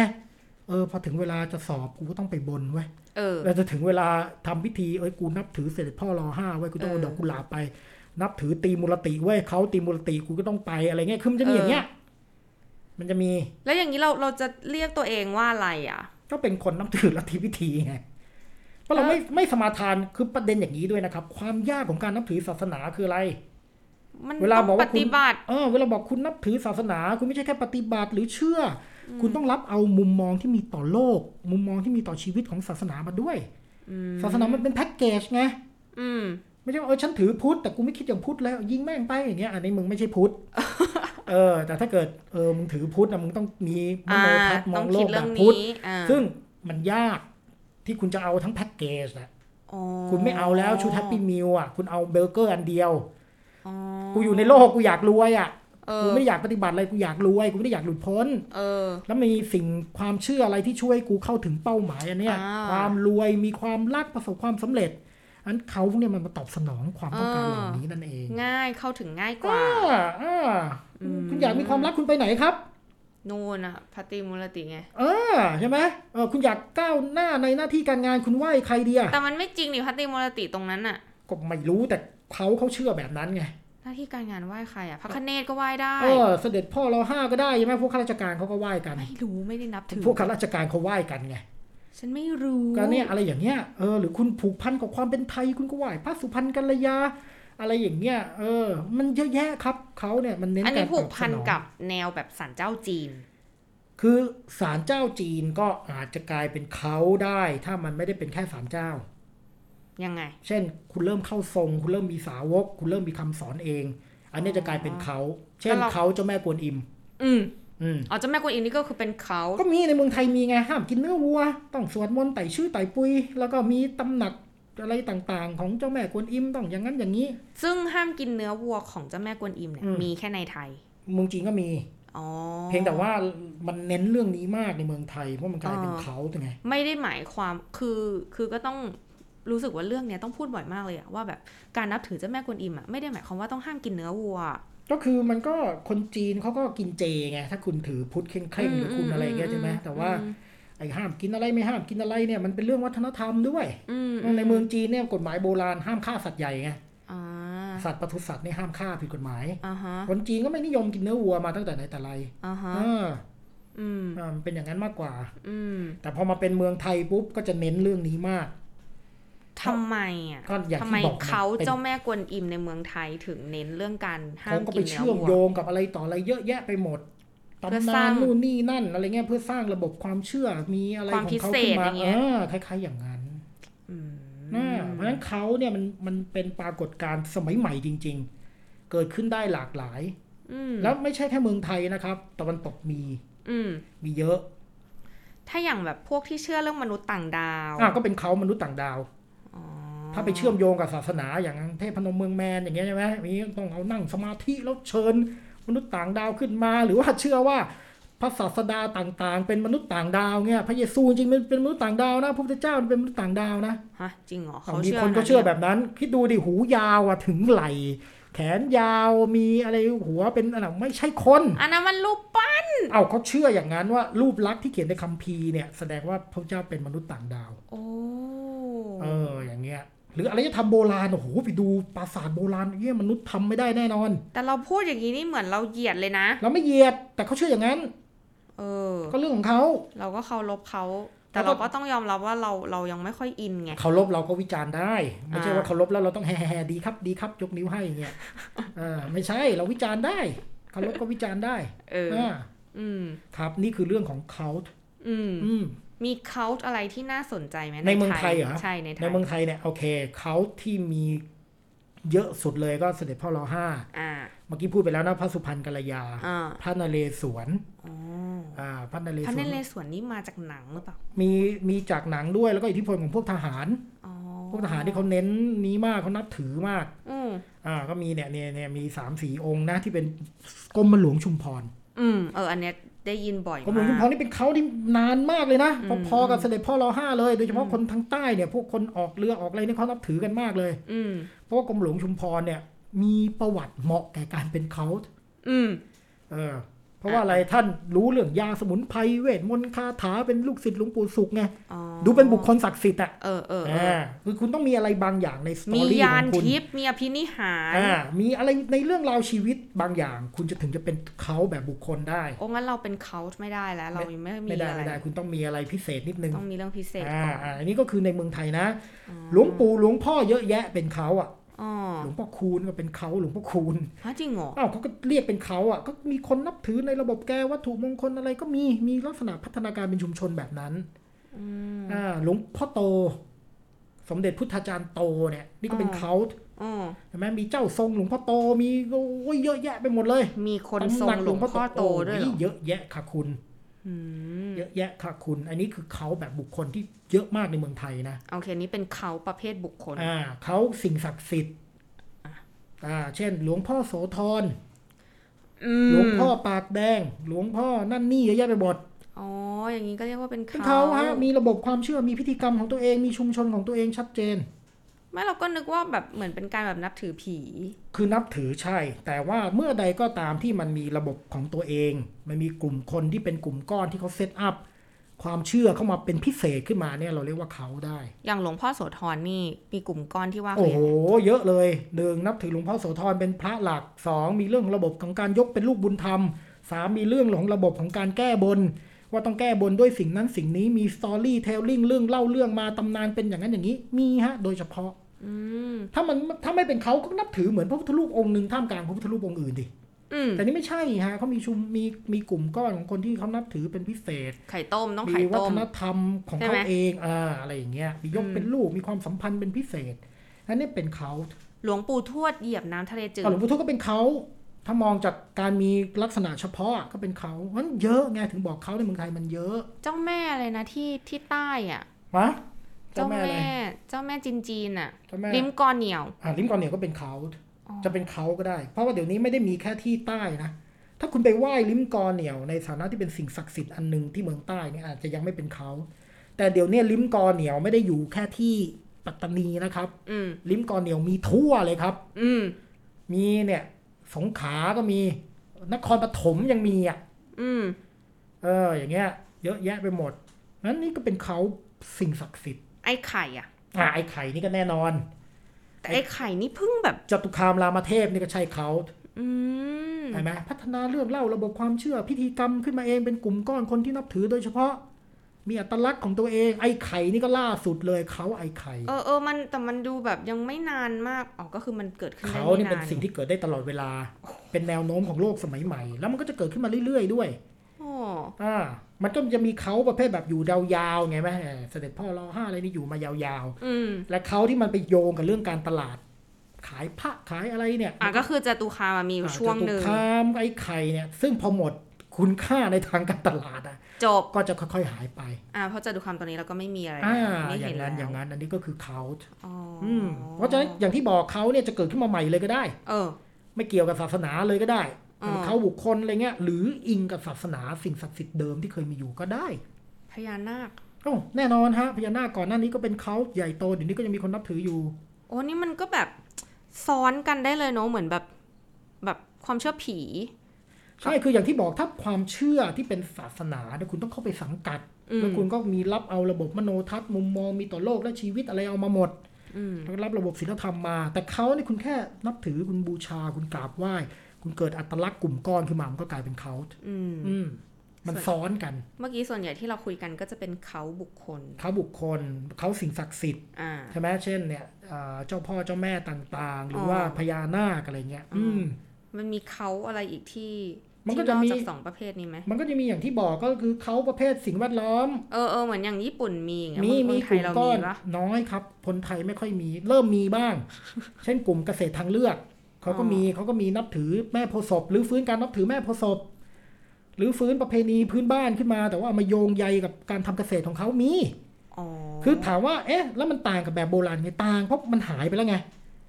Speaker 3: เออพอถึงเวลาจะสอบกูก็ต้องไปบนเว้ย
Speaker 2: เออ
Speaker 3: แล้วจะถึงเวลาทำพิธีเอ้ยกูนับถือเสด็จพ่อรอห้าเว้ยกูต้องเอา
Speaker 2: เออ
Speaker 3: ดอกกุหลาบไป นับถือตีมูลติเว้ยเขาตีมูลติกูก็ต้องไปอะไรเงี้ยคือมันจะมีอย่างเงี้ยมันจะมี
Speaker 2: แล้วอย่างนี้เราเราจะเรียกตัวเองว่าอะไรอ่ะ
Speaker 3: ก็เป็นคนนับถือลัทธิพิธีไง เพราะเราไม่ไม่สมาทานคือประเด็นอย่างนี้ด้วยนะครับ ความยากของการนับถือศาสนาคืออะไร
Speaker 2: มัน
Speaker 3: เวลาบอก
Speaker 2: ต้องป
Speaker 3: ว่าคุณ
Speaker 2: ฏิบัติ
Speaker 3: เออเวลาบอกคุณนับถือศาสนา คุณไม่ใช่แค่ปฏิบัติหรือเชื่ออคุณต้องรับเอามุมมองที่มีต่อโลก มุมมองที่มีต่อชีวิตของศาสนามาด้วยศาสนามันเป็นแพ็กเกจไง
Speaker 2: อืม
Speaker 3: ไม่ใช่ว่าเออฉันถือพุทธแต่กูไม่คิดอย่างพุทธแล้วยิงแม่งไปอย่างเงี้ยอันนี้มึงไม่ใช่ พุทธเออ แต่ถ้าเกิดเออมึงถือพุทธนะมึงต้องมีม
Speaker 2: อ่า
Speaker 3: โนทัศน์ม
Speaker 2: ต้
Speaker 3: อ
Speaker 2: อง
Speaker 3: งโล
Speaker 2: คิด
Speaker 3: กแบ
Speaker 2: เรื่อง
Speaker 3: บพุทธ
Speaker 2: นี้อ่า
Speaker 3: ซึ่งมันยากที่คุณจะเอาทั้งแพ็กเกจนะ
Speaker 2: อ๋อ
Speaker 3: คุณไม่เอาแล้วชุดแฮปปี้มิลอ่ะ คุณเอาเบอร์เกอร์อันเดียว
Speaker 2: อ๋อ
Speaker 3: กูอยู่ในโลกกูอยากรวยอ่ะ
Speaker 2: เอ
Speaker 3: กู
Speaker 2: อ
Speaker 3: ไม่ได้อยากปฏิบัติอะไรกูอยากรวยกูไม่ได้อยากหลุดพ้น
Speaker 2: เออ
Speaker 3: แล้วมีสิ่งความเชื่ออะไรที่ช่วยกูเข้าถึงเป้าหมายอันเนี้ย
Speaker 2: อ่า
Speaker 3: ความรวยมีความรักประสบความสำเร็จ อันเขาพวกเนี้ยมันมาตอบสนองความต้องการเหล่านี้นั่นเอง
Speaker 2: ง่ายเข้าถึงง่ายกว่า
Speaker 3: อ่าอ่าคุณอยากมีความรักคุณไปไหนครับ
Speaker 2: นู่นอะพัตติมูลติไง
Speaker 3: เออใช่ไหมเออคุณอยากก้าวหน้าในหน้าที่การงานคุณไหว้ใครดีอะ
Speaker 2: แต่มันไม่จริงนี่พัตติมูลติตรงนั้นอะ
Speaker 3: ก็ไม่รู้แต่เขาเขาเชื่อแบบนั้นไง
Speaker 2: หน้าที่การงานไหว้ใครอะพระคเนศก็ไหว้ได้
Speaker 3: เออเสด็จพ่อเราห้าก็ได้ใช่ไหมพวกข้าราชการเขาก็ไหว้กัน
Speaker 2: ไม่รู้ไม่ได้นับถือ
Speaker 3: พวกข้าราชการเขาไหว้กันไง
Speaker 2: ฉันไม่รู้
Speaker 3: ก็เนี่ยอะไรอย่างเงี้ยเออหรือคุณผูกพันกับความเป็นไทยคุณก็ไหว้พระสุพรรณกัลยา อะไรอย่างเงี้ยเออ มันเยอะแยะครับเขาเนี่ยมันเน้น
Speaker 2: อันนี้
Speaker 3: การ
Speaker 2: ผูก
Speaker 3: ตอบส
Speaker 2: พัน
Speaker 3: อง
Speaker 2: กับแนวแบบสันเจ้าจีน
Speaker 3: คือศาลเจ้าจีนก็อาจจะกลายเป็นเขาได้ ถ้ามันไม่ได้เป็นแค่ศาลเจ้า
Speaker 2: ยังไง
Speaker 3: เช่น คุณเริ่มเข้าทรง คุณเริ่มมีสาวก คุณเริ่มมีคำสอนเอง อันเนี้ยจะกลายเป็นเขาเช่น
Speaker 2: ก็เรา
Speaker 3: เขาเจ้าแม่กวนอิม
Speaker 2: อืม
Speaker 3: อืม
Speaker 2: อ๋อเจ้าแม่กวนอิมนี่ก็คือเป็นเขา
Speaker 3: ก็มีในเมืองไทยมีไงห้ามกินเนื้อวัว ต้องสวดมนต์ไต่ชื่อไต่ปุย แล้วก็มีตำหนักอะไรต่างๆ ของเจ้าแม่กวนอิมต้องอย่างนั้นอย่างนี้
Speaker 2: ซึ่งห้ามกินเนื้อวัวของเจ้าแม่กวนอิมเนี่ย
Speaker 3: อืม
Speaker 2: มีแค่ในไทย
Speaker 3: เมืองจีนก็มี
Speaker 2: อ๋อ
Speaker 3: เพียงแต่ว่ามันเน้นเรื่องนี้มากในเมืองไทยเพราะมันกลายเป็น
Speaker 2: อ๋อ
Speaker 3: เขาแต่ไง
Speaker 2: ไม่ได้หมายความคือคือก็ต้องรู้สึกว่าเรื่องเนี้ยต้องพูดบ่อยมากเลยอะว่าแบบการนับถือเจ้าแม่กวนอิมอะไม่ได้หมายความว่าต้องห้ามกินเนื้อวัว
Speaker 3: ก็คือมันก็คนจีนเขาก็กินเจไงถ้าคุณถือพุทธเคร่งเคร่งหรือคุณอะไรอย่างเงี้ยใช่ไหมแต่ว่าไอ้ห้ามกินอะไรไม่ห้ามกินอะไรเนี่ยมันเป็นเรื่องวัฒนธรรมด้วย
Speaker 2: อืม
Speaker 3: ในเมืองจีนเนี่ยกฎหมายโบราณห้ามฆ่าสัตว์ใหญ่ไง
Speaker 2: อ่า
Speaker 3: สัตว์ปศุสัตว์เนี่ยห้ามฆ่าผิดกฎหมาย
Speaker 2: อ่าฮะ
Speaker 3: คนจีนก็ไม่นิยมกินเนื้อวัวมาตั้งแต่ไหนแต่ไร
Speaker 2: อ่าฮะ
Speaker 3: เออ
Speaker 2: อืม
Speaker 3: อ่ามันเป็นอย่างนั้นมากกว่า
Speaker 2: อืม
Speaker 3: แต่พอมาเป็นเมืองไทยปุ๊บก็จะเน้นเรื่องนี้มาก
Speaker 2: ทำไมอ่ะ
Speaker 3: ก็อย่าง
Speaker 2: ทำ
Speaker 3: ที่
Speaker 2: ไม
Speaker 3: บอกนะ
Speaker 2: เขา
Speaker 3: เป็น
Speaker 2: เจ้าแม่กวนอิมในเมืองไทยถึงเน้นเรื่องการห้า
Speaker 3: เขา
Speaker 2: ม
Speaker 3: ก็
Speaker 2: กิ
Speaker 3: ไป
Speaker 2: นเนื้อ
Speaker 3: เชื่อม
Speaker 2: วัว
Speaker 3: โยงกับอะไรต่ออะไรเยอะแยะไปหมด
Speaker 2: เพื่อ
Speaker 3: ตำ
Speaker 2: ส
Speaker 3: นา
Speaker 2: ร้าน ง
Speaker 3: นู่นนี่นั่นอะไรเงี้ยเพื่อสร้างระบบความเชื่อมีอะไร
Speaker 2: ความ
Speaker 3: ของ
Speaker 2: พิ
Speaker 3: เขา
Speaker 2: เศ
Speaker 3: ขึ้
Speaker 2: ษ
Speaker 3: นมา
Speaker 2: อย่างเงี้
Speaker 3: เอย อคล้าย ๆ อย่างนั้น
Speaker 2: อืม
Speaker 3: นะเพราะฉะนั้นเขาเนี่ยมันมันเป็นปรากฏการณ์สมัยใหม่จริง ๆ เกิดขึ้นได้หลากหลาย
Speaker 2: อืม
Speaker 3: แล้วไม่ใช่แค่เมืองไทยนะครับตะวันตกมี
Speaker 2: อืม
Speaker 3: มีเยอะ
Speaker 2: ถ้าอย่างแบบพวกที่เชื่อเรื่องมนุษย์ต่างดาว
Speaker 3: อ่ะก็เป็นเขามนุษย์ต่างดาว
Speaker 2: อ๋อ
Speaker 3: ถ้าไปเชื่อมโยงกับศาสนาอย่างเทพนมเมืองแมนอย่างเงี้ยใช่ไหมมีต้องเอานั่งสมาธิแล้วเชิญ มนุษย์ต่างดาวขึ้นมา หรือว่าเชื่อว่าพระศาสดาต่างๆ เป็นมนุษย์ต่างดาวเงี้ยพระเยซูจริงๆเป็นเป็นมนุษย์ต่างดาวนะพระพุทธเจ้าเป็นมนุษย์ต่างดาวนะ
Speaker 2: ฮะจริงเหรอเขา
Speaker 3: เอามี
Speaker 2: เชื่อ
Speaker 3: คนก็เชื่อแบบนั้นคิดดูดิหูยาวอะถึงไหลแขนยาวมีอะไรหัวเป็นอะไรไม่ใช่คน
Speaker 2: อันนั้นมันรูปปั้น
Speaker 3: เอาเขาเชื่ออย่างนั้นว่ารูปลักษณ์ที่เขียนในคัมภีร์เนี่ยแสดงว่าพระเจ้าเป็นมนุษย์ต่างดาว
Speaker 2: โอ้
Speaker 3: เอออย่างเงี้ย หรืออารยธรรมโบราณโอ้โหไปดูปราสาทโบราณเงี้ยมนุษย์ทำไม่ได้แน่นอน
Speaker 2: แต่เราพูดอย่างนี้นี่เหมือนเราเหยียดเลยนะ
Speaker 3: เราไม่เหยียดแต่เขาเชื่ออย่างนั้น
Speaker 2: เออ
Speaker 3: ก็เรื่องของเขา
Speaker 2: เราก็เคารพเขา แต่
Speaker 3: แล้วก็
Speaker 2: เราก็ต้องยอมรับว่าเราเรายังไม่ค่อยอินไง
Speaker 3: เคารพเราก็วิจารณ์ได้ ไม่ใช่
Speaker 2: อ่า
Speaker 3: ว่าเคารพแล้วเราต้องแฮ่ ๆดีครับดีครับยกนิ้วให้เงี้ยเออไม่ใช่เราวิจารณ์ได้เคารพก็วิจารณ์ได้
Speaker 2: เออ
Speaker 3: อ่า
Speaker 2: อืม
Speaker 3: ครับนี่คือเรื่องของเขา
Speaker 2: อืม
Speaker 3: อืม
Speaker 2: มีเคาท์อะไรที่น่าสนใจไหม
Speaker 3: ในเมืองไทยเหรอ
Speaker 2: ใช่ในไท
Speaker 3: ใน
Speaker 2: ย
Speaker 3: เมืองไทยเนี่ยโอเคเขาที่มีเยอะสุดเลยก็เสด็จพ่อรอห้า
Speaker 2: อ่า
Speaker 3: เมื่อกี้พูดไปแล้วนะพระสุพรรณกัลยา
Speaker 2: อ่า
Speaker 3: พระนเรศวร
Speaker 2: อ๋อ
Speaker 3: อ่าพระนเร
Speaker 2: พระ
Speaker 3: ศ
Speaker 2: น
Speaker 3: วร
Speaker 2: เรศวรนี่มาจากหนังหรือเปล่า
Speaker 3: มีมีจากหนังด้วยแล้วก็อิทธิพลของพวกทหาร
Speaker 2: อ๋อ
Speaker 3: พวกทหารที่เขาเน้นนี้มากเขานับถือมาก
Speaker 2: อืม
Speaker 3: อ่าก็มีเนี่ยเนี่ยเนี่ยมีสามสี่องค์นะที่เป็นกรมหลวงชุมพร
Speaker 2: อืมเออ อันเนี้ยได้ยินบ่อย
Speaker 3: กรมหลวงชุมพ
Speaker 2: มาร ก
Speaker 3: นี่เป็นเขาที่นานมากเลยนะ
Speaker 2: อืม
Speaker 3: พอๆกับเสด็จพ่อรอห้าเลยโดยเฉพาะคนทางใต้เนี่ยพวกคนออกเรือออกอะไรเนี่ยเขานับถือกันมากเลย
Speaker 2: อืม
Speaker 3: เพราะว่ากรมหลวงชุมพรเนี่ยมีประวัติเหมาะแก่การเป็นเขา
Speaker 2: อืม
Speaker 3: เออเพราะว่าอะไรท่านรู้เรื่องยาสมุนไพรเวทมนต์คาถาเป็นลูกศิษย์หลวงปู่ศุกร์ไง
Speaker 2: อ๋อ
Speaker 3: ดูเป็นบุคคลศักดิ์สิทธิ์อะ
Speaker 2: เออเออเอ
Speaker 3: อ่า
Speaker 2: อ
Speaker 3: คือคุณต้องมีอะไรบางอย่างในสตอ
Speaker 2: มี
Speaker 3: รี่ข
Speaker 2: ยา
Speaker 3: อน งคุณ
Speaker 2: ทิพย์มีอภินิหาร
Speaker 3: อ่ามีอะไรในเรื่องราวชีวิตบางอย่าง คุณจะถึงจะเป็นเขาแบบบุคคลได้
Speaker 2: โอ้งั้นเราเป็นเขาไม่ได้แล้ว เรายังไม่มี
Speaker 3: ไม่ได้
Speaker 2: อะไร
Speaker 3: ไม่ได้คุณต้องมีอะไรพิเศษนิดนึง
Speaker 2: ต้องมีเรื่องพิเศษ
Speaker 3: อ่า
Speaker 2: ก่อน
Speaker 3: อ่าอันนี้ก็คือในเมืองไทยนะ
Speaker 2: อ๋อ
Speaker 3: หลวงปู่หลวงพ่อเยอะแยะเป็นเขาอ่ะ
Speaker 2: อ๋อ
Speaker 3: หลวงพ่อคูณก็เป็นเขาหลวงพ่อคูณ
Speaker 2: ฮะจริงเหรอ
Speaker 3: อ้าวเขาก็เรียกเป็นเขาอ่ะก็มีคนนับถือในระบบแก้วัตถุมงคลอะไรก็มีมีลักษณะพัฒนาการเป็นชุมชนแบบนั้น
Speaker 2: อืม
Speaker 3: อ่าหลวงพ่อโต สมเด็จพุทธาจารย์โตเนี่ยนี่ก็เป็น
Speaker 2: อ๋อ
Speaker 3: เขา
Speaker 2: อ๋อ
Speaker 3: เห็นไหมมีเจ้าทรงหลวงพ่อโตมีโอ้ยเยอะแยะไปหมดเลย
Speaker 2: มีคน
Speaker 3: ตำ
Speaker 2: ทรง
Speaker 3: นัก
Speaker 2: หลวงพ่อโตด้วยเหรอ
Speaker 3: โอ้เยอะแยะค่ะคุณ
Speaker 2: อืม
Speaker 3: เยอะแยะค่ะคุณ อันนี้คือเขาแบบบุคคลที่เยอะมากในเมืองไทยนะ
Speaker 2: โอเคนี่เป็นเขาประเภทบุคคล
Speaker 3: อ่าเขาสิ่งศักดิ์สิทธิ์อ่าเช่น หลวงพ่อโสธร
Speaker 2: อืม
Speaker 3: หลวงพ่อปากแดง หลวงพ่อนั่นนี่เยอะแยะไปหมด
Speaker 2: อ๋อ อย่างนี้ก็เรียกว่าเป็น
Speaker 3: เป็น
Speaker 2: เขา
Speaker 3: เขาฮะมีระบบความเชื่อมีพิธีกรรมของตัวเองมีชุมชนของตัวเองชัดเจน
Speaker 2: ไม่เราก็นึกว่าแบบเหมือนเป็นการแบบนับถือผี
Speaker 3: คือนับถือใช่ แต่ว่าเมื่อใดก็ตามที่มันมีระบบของตัวเอง มันมีกลุ่มคนที่เป็นกลุ่มก้อนที่เขาเซตอัพความเชื่อเข้ามาเป็นพิเศษขึ้นมาเนี่ยเราเรียกว่าเขาได้
Speaker 2: อย่างหลวงพ่อโสธรนี่มีกลุ่มก้อนที่ว่า
Speaker 3: โอ้
Speaker 2: เขา
Speaker 3: โหเยอะเลยหนึ่งนับถือหลวงพ่อโสธรเป็นพระหลักสองมีเรื่องระบบของการยกเป็นลูกบุญธรรมสามมีเรื่องของระบบของการแก้บน ว่าต้องแก้บนด้วยสิ่งนั้นสิ่งนี้มีสตอรี่เทลลิ่งเรื่องเล่าเรื่องมาตำนานเป็นอย่างนั้นอย่างนี้มีฮะ โดยเฉพาะ
Speaker 2: อืม
Speaker 3: ถ้ามันถ้าไม่เป็นเขาก็นับถือเหมือนพระพุทธรูปองค์หนึ่งท่ามกลางพระพุทธรูปองค์อื่นดิ
Speaker 2: อืม
Speaker 3: แต่นี่ไม่ใช่ฮะเขามีชุมมีมีกลุ่มก้อนของคนที่เขานับถือเป็นพิเศษ
Speaker 2: ไข่ต้มต้อง
Speaker 3: มี
Speaker 2: ไข่
Speaker 3: วั
Speaker 2: ต้
Speaker 3: ฒ
Speaker 2: ม
Speaker 3: นธรรมของ
Speaker 2: ใช่
Speaker 3: เขา
Speaker 2: ไหม
Speaker 3: เองอ่าอะไรอย่างเงี้ยมียกเป็นลูกมีความสัมพันธ์เป็นพิเศษอันนี้เป็นเขา
Speaker 2: หลวงปู่ทวดเหยียบน้ำทะเลจืด
Speaker 3: อ่ะหลวงพ่อทุกก็เป็นเขาถ้ามองจากการมีลักษณะเฉพาะก็เป็นเขามันเยอะไงถึงบอกเขาในเมืองไทยมันเยอะ
Speaker 2: เจ้าแม่อะไรนะที่ที่ใต้อ่ะ
Speaker 3: วะเจ้า
Speaker 2: เจ้า
Speaker 3: แม่
Speaker 2: แม่
Speaker 3: อะไร
Speaker 2: เจ้าแม่จีนจีนๆอ่ะ
Speaker 3: เจ้าแม่
Speaker 2: ลิ้มกอเหนียว
Speaker 3: อ่าลิมกอนเนี่ยก็เป็นเขา
Speaker 2: อ๋อ
Speaker 3: จะเป็นเขาก็ได้ เพราะว่าเดี๋ยวนี้ไม่ได้มีแค่ที่ใต้นะถ้าคุณไปไหว้ลิมกอนเหนี่ยวในฐานะที่เป็นสิ่งศักดิ์สิทธิ์อันหนึ่งที่เมืองใต้เนี่ยอาจจะยังไม่เป็นเขาแต่เดี๋ยวเนี้ลิมกอนเหนี่ยวไม่ได้อยู่แค่ที่ปัตตานีนะครับ
Speaker 2: อืม
Speaker 3: ลิมกอนเหนียวมีทั่วเลยครับ
Speaker 2: อืม
Speaker 3: มีเนี่ยสงขลาก็มี นครปฐมยังมีอ่ะ
Speaker 2: อืม
Speaker 3: เออ อย่างเงี้ย เยอะแยะไปหมดนั้นนี่ก็เป็นเขาสิ่งศักดิ์สิทธิ์
Speaker 2: ไอ้ไข่อ่ะ
Speaker 3: อ่าไอ้ไข่นี่ก็แน่นอน
Speaker 2: แต่ไอ้ไข่นี่เพิ่งแบบ
Speaker 3: จตุคามรามเทพนี่ก็ใช่เขา
Speaker 2: อืม
Speaker 3: ใช่ไหมพัฒนาเรื่องเล่าระบบความเชื่อพิธีกรรมขึ้นมาเองเป็นกลุ่มก้อนคนที่นับถือโดยเฉพาะ มีอัตลักษณ์ของตัวเอง ไอ้ไข่นี่ก็ล่าสุดเลยเขาไอ้ไข่
Speaker 2: เออเออมันแต่มันดูแบบยังไม่นานมากอ๋อก็คือมันเกิดขึ้นได้
Speaker 3: เขา
Speaker 2: ไม่
Speaker 3: นี่เป็น
Speaker 2: นาน
Speaker 3: สิ่งที่เกิดได้ตลอดเวลา เป็นแนวโน้มของโลกสมัยใหม่ แล้วมันก็จะเกิดขึ้นมาเรื่อยๆด้วย
Speaker 2: โอ้
Speaker 3: อ่า มันก็จะมีเขาประเภทแบบอยู่ดาวยาวไงไหมเออเสด็จพ่อรอห้าอะไรนี่อยู่มายาว
Speaker 2: อืม
Speaker 3: ๆ และเขาที่มันไปโยงกับเรื่องการตลาด ขายพระขายอะไรเนี่ย
Speaker 2: อ่ะก็คือจตุคามามีอยู่ช่วงหนึ่ง
Speaker 3: จตุคามไอ้ไข่เนี่ย ซึ่งพอหมดคุณค่าในทางการตลาดอ่ะ
Speaker 2: จบ
Speaker 3: ก็จะค่อยๆหายไป
Speaker 2: อ่าเพราะจตุคามตอนนี้เราก็ไม่มีอะไร
Speaker 3: อ่า
Speaker 2: ไม่
Speaker 3: อย่า
Speaker 2: เห็น
Speaker 3: งนั้น
Speaker 2: แล้ว
Speaker 3: อย่างนั้น อันนี้ก็คือเขา
Speaker 2: อ๋ออ
Speaker 3: อืมเพราะฉะนั้นอย่างที่บอกเขาเนี่ยจะเกิดขึ้นมาใหม่เลยก็ได้
Speaker 2: เออ
Speaker 3: ไม่เกี่ยวกับศาสนาเลยก็ได้
Speaker 2: อ๋อ
Speaker 3: หรือเขาบุคคลอะไรเงี้ย หรืออิงกับศาสนาสิ่งศักดิ์สิทธิ์เดิมที่เคยมีอยู่ก็ได้
Speaker 2: พญานาค
Speaker 3: โอ้าแน่นอนฮะพญานาคก่อนหน้านี้ก็เป็นเขาใหญ่โตเดี๋ยวนี้ก็ยังมีคนนับถืออยู่
Speaker 2: โอ้นี่มันก็แบบซ้อนกันได้เลยเนาะเหมือนแบบ แบบความเชื่อผี
Speaker 3: ใช่คืออย่างที่บอกถ้าความเชื่อที่เป็นศาสนาเนี่ยคุณต้องเข้าไปสังกัด
Speaker 2: อืม
Speaker 3: แล้วคุณก็มีรับเอาระบบมโนทัศน์มุมมองมีต่อโลกและชีวิตอะไรเอามาหมด
Speaker 2: อืม
Speaker 3: แล้วรับระบบศีลธรรมมา แต่เขาเนี่ยคุณแค่นับถือคุณบูชาคุณกราบไหว้ คุณเกิดอัตลักษณ์กลุ่มก้อนขึ้นมามันก็กลายเป็นเขา
Speaker 2: อืม
Speaker 3: อืมมันซ้อนกัน
Speaker 2: เมื่อกี้ส่วนใหญ่ที่เราคุยกันก็จะเป็นเขาบุคคล
Speaker 3: เขาบุคคลเขาสิ่งศักดิ์สิทธิ
Speaker 2: อ่า
Speaker 3: ใช่ไหมเช่นเนี่ยเอ่อเจ้าพ่อเจ้าแม่ต่างๆ หรืออ
Speaker 2: อ
Speaker 3: ว่าพญานาคอะไรเงี้ย
Speaker 2: อื
Speaker 3: อื
Speaker 2: ม
Speaker 3: ม
Speaker 2: มันมีเขาอะไรอีกที่
Speaker 3: มันก็
Speaker 2: ที่
Speaker 3: จะมี
Speaker 2: อกจากสองประเภทนี้ไหม
Speaker 3: มันก็จะมีอย่างที่บอกก็คือเขาประเภทสิ่งแวดล้อม
Speaker 2: เออเออเหมือนอย่างญี่ปุ่นมีอย่างเงี้ย
Speaker 3: มี
Speaker 2: ค
Speaker 3: มี
Speaker 2: นไท
Speaker 3: กลุ่
Speaker 2: ย
Speaker 3: ม
Speaker 2: เรา
Speaker 3: ก้
Speaker 2: มี
Speaker 3: อน
Speaker 2: ปะ
Speaker 3: น้อยครับคนไทยไม่ค่อยมี เริ่มมีบ้าง เช่นกลุ่มเกษตรทางเลือกเขาก็
Speaker 2: อ๋อ
Speaker 3: มีเขาก็มีนับถือแม่โพธิ์ศพหรือฟื้นการนับถือแม่โพธิ์ศพหรือฟื้นประเพณีพื้นบ้านขึ้นมา แต่ว่าเอามาโยงใยกับการทำเกษตรของเขามี
Speaker 2: อ๋อ
Speaker 3: คือถามว่าเอ๊ะแล้วมันต่างกับแบบโบราณไงต่างเพราะมันหายไปแล้วไง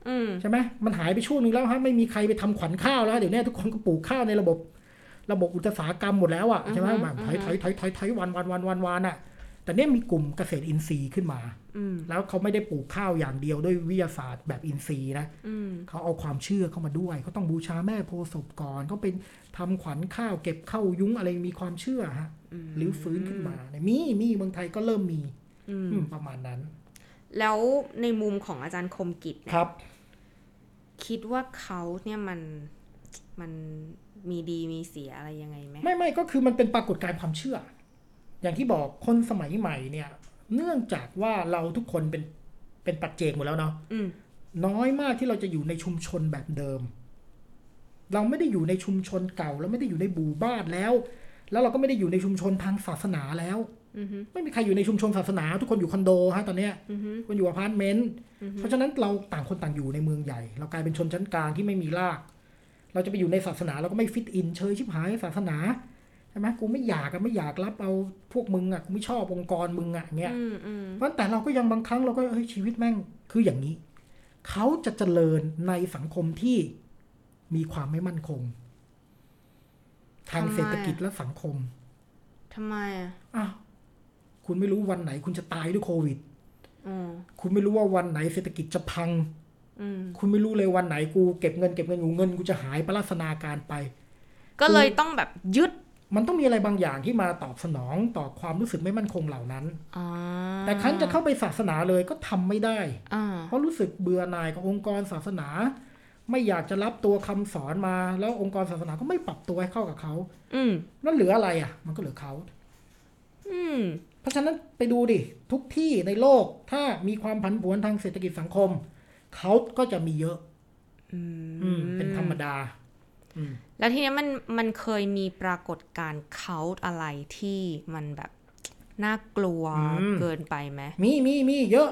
Speaker 2: อืม
Speaker 3: ใช่ไหมมันหายไปช่วงหนึ่งแล้วฮะไม่มีใครไปทำขวัญข้าวแล้ว เดี๋ยวเนี้ทุกคนก็ปลูกข้าวในระบบ ระบบอุตสาหกรรมหมดแล้วอ่ะใช่ไหมแบบไถไถไถไถไถวันวันวันวันวันอ่ะ แต่เนี่ยมีกลุ่มเกษตรอินทรีย์ขึ้นมา
Speaker 2: อืม
Speaker 3: แล้วเขาไม่ได้ปลูกข้าวอย่างเดียวด้วยวิทยาศาสตร์แบบอินทรีย์นะ
Speaker 2: อืม
Speaker 3: เขาเอาความเชื่อเข้ามาด้วยเขาต้องบูชาแม่โพธิ์ศพก่อนเขาเป็นทำขวัญข้าวเก็บเข้ายุ้งอะไรมีความเชื่อฮะ
Speaker 2: ม
Speaker 3: หรือฟื้นขึ้นมาเนี่ยมีมีเมืองไทยก็เริ่มมี
Speaker 2: อืม
Speaker 3: อืมประมาณนั้น
Speaker 2: แล้วในมุมของอาจารย์คมกิจ
Speaker 3: ครับ
Speaker 2: คิดว่าเขาเนี่ยมันมันมีดีมีเสียอะไรยังไงไหม
Speaker 3: ไม่ไม่ก็คือมันเป็นปรากฏการณ์ความเชื่อ อย่างที่บอกคนสมัยใหม่เนี่ย เนื่องจากว่าเราทุกคนเป็นเป็นปัจเจกหมดแล้วเนาะ
Speaker 2: อืม
Speaker 3: น้อยมากที่เราจะอยู่ในชุมชนแบบเดิม เราไม่ได้อยู่ในชุมชนเก่าเราไม่ได้อยู่ในบูบ้านแล้ว แล้วเราก็ไม่ได้อยู่ในชุมชนทางศาสนาแล้ว
Speaker 2: อือฮึ
Speaker 3: ไม่มีใครอยู่ในชุมชนศาสนา ทุกคนอยู่คอนโดฮะตอนเนี้ย
Speaker 2: อือฮึ
Speaker 3: คนอยู่อพาร์ตเมนต์
Speaker 2: อือฮึ
Speaker 3: เพราะฉะนั้นเราต่างคนต่างอยู่ในเมืองใหญ่ เรากลายเป็นชนชั้นกลางที่ไม่มีราก เราจะไปอยู่ในศาสนาเราก็ไม่ฟิตอินเชยชิบหายศาสนาใช่ไหมกูไม่อยากอะไม่อยากรับเอาพวกมึงอะกูไม่ชอบองค์กรมึงอะเงี้ย
Speaker 2: อืมอืม
Speaker 3: เพราะแต่เราก็ยังบางครั้งเราก็เฮ้ยชีวิตแม่งคืออย่างนี้ เขาจะเจริญในสังคมที่มีความไม่มั่นคง ทางเศรษฐกิจและสังคม
Speaker 2: ทำไมอ่ะ
Speaker 3: อ้าวคุณไม่รู้วันไหนคุณจะตายด้วยโควิด
Speaker 2: อืม
Speaker 3: คุณไม่รู้ว่าวันไหนเศรษฐกิจจะพัง
Speaker 2: อืม
Speaker 3: คุณไม่รู้เลยวันไหนกูเก็บเงินเก็บเงินอยู่เงินกูจะหายปรัสนาการไป
Speaker 2: ก็เลยต้องแบบยึด
Speaker 3: มันต้องมีอะไรบางอย่างที่มาตอบสนองต่อความรู้สึกไม่มั่นคงเหล่านั้น
Speaker 2: อ่า
Speaker 3: แต่ครั้นจะเข้าไปศาสนาเลยก็ทำไม่ได้
Speaker 2: อ่า
Speaker 3: เพราะรู้สึกเบื่อหน่ายกับองค์กรศาสนา ไม่อยากจะรับตัวคำสอนมา แล้วองค์กรศาสนาก็ไม่ปรับตัวให้เข้ากับเขา
Speaker 2: อืม
Speaker 3: แล้วเหลืออะไรอ่ะ มันก็เหลือเขา
Speaker 2: อืม
Speaker 3: เพราะฉะนั้นไปดูดิทุกที่ในโลกถ้ามีความผันผวนทางเศรษฐกิจสังคม เขาก็จะมีเยอะ
Speaker 2: อืม
Speaker 3: อืม เป็นธรรมดา อืม
Speaker 2: แล้วทีเนี้ยมันมันเคยมีปรากฏการณ์เขาอะไรที่มันแบบน่ากลัว
Speaker 3: อืม
Speaker 2: เกินไปไหม
Speaker 3: มีมีมีเยอะ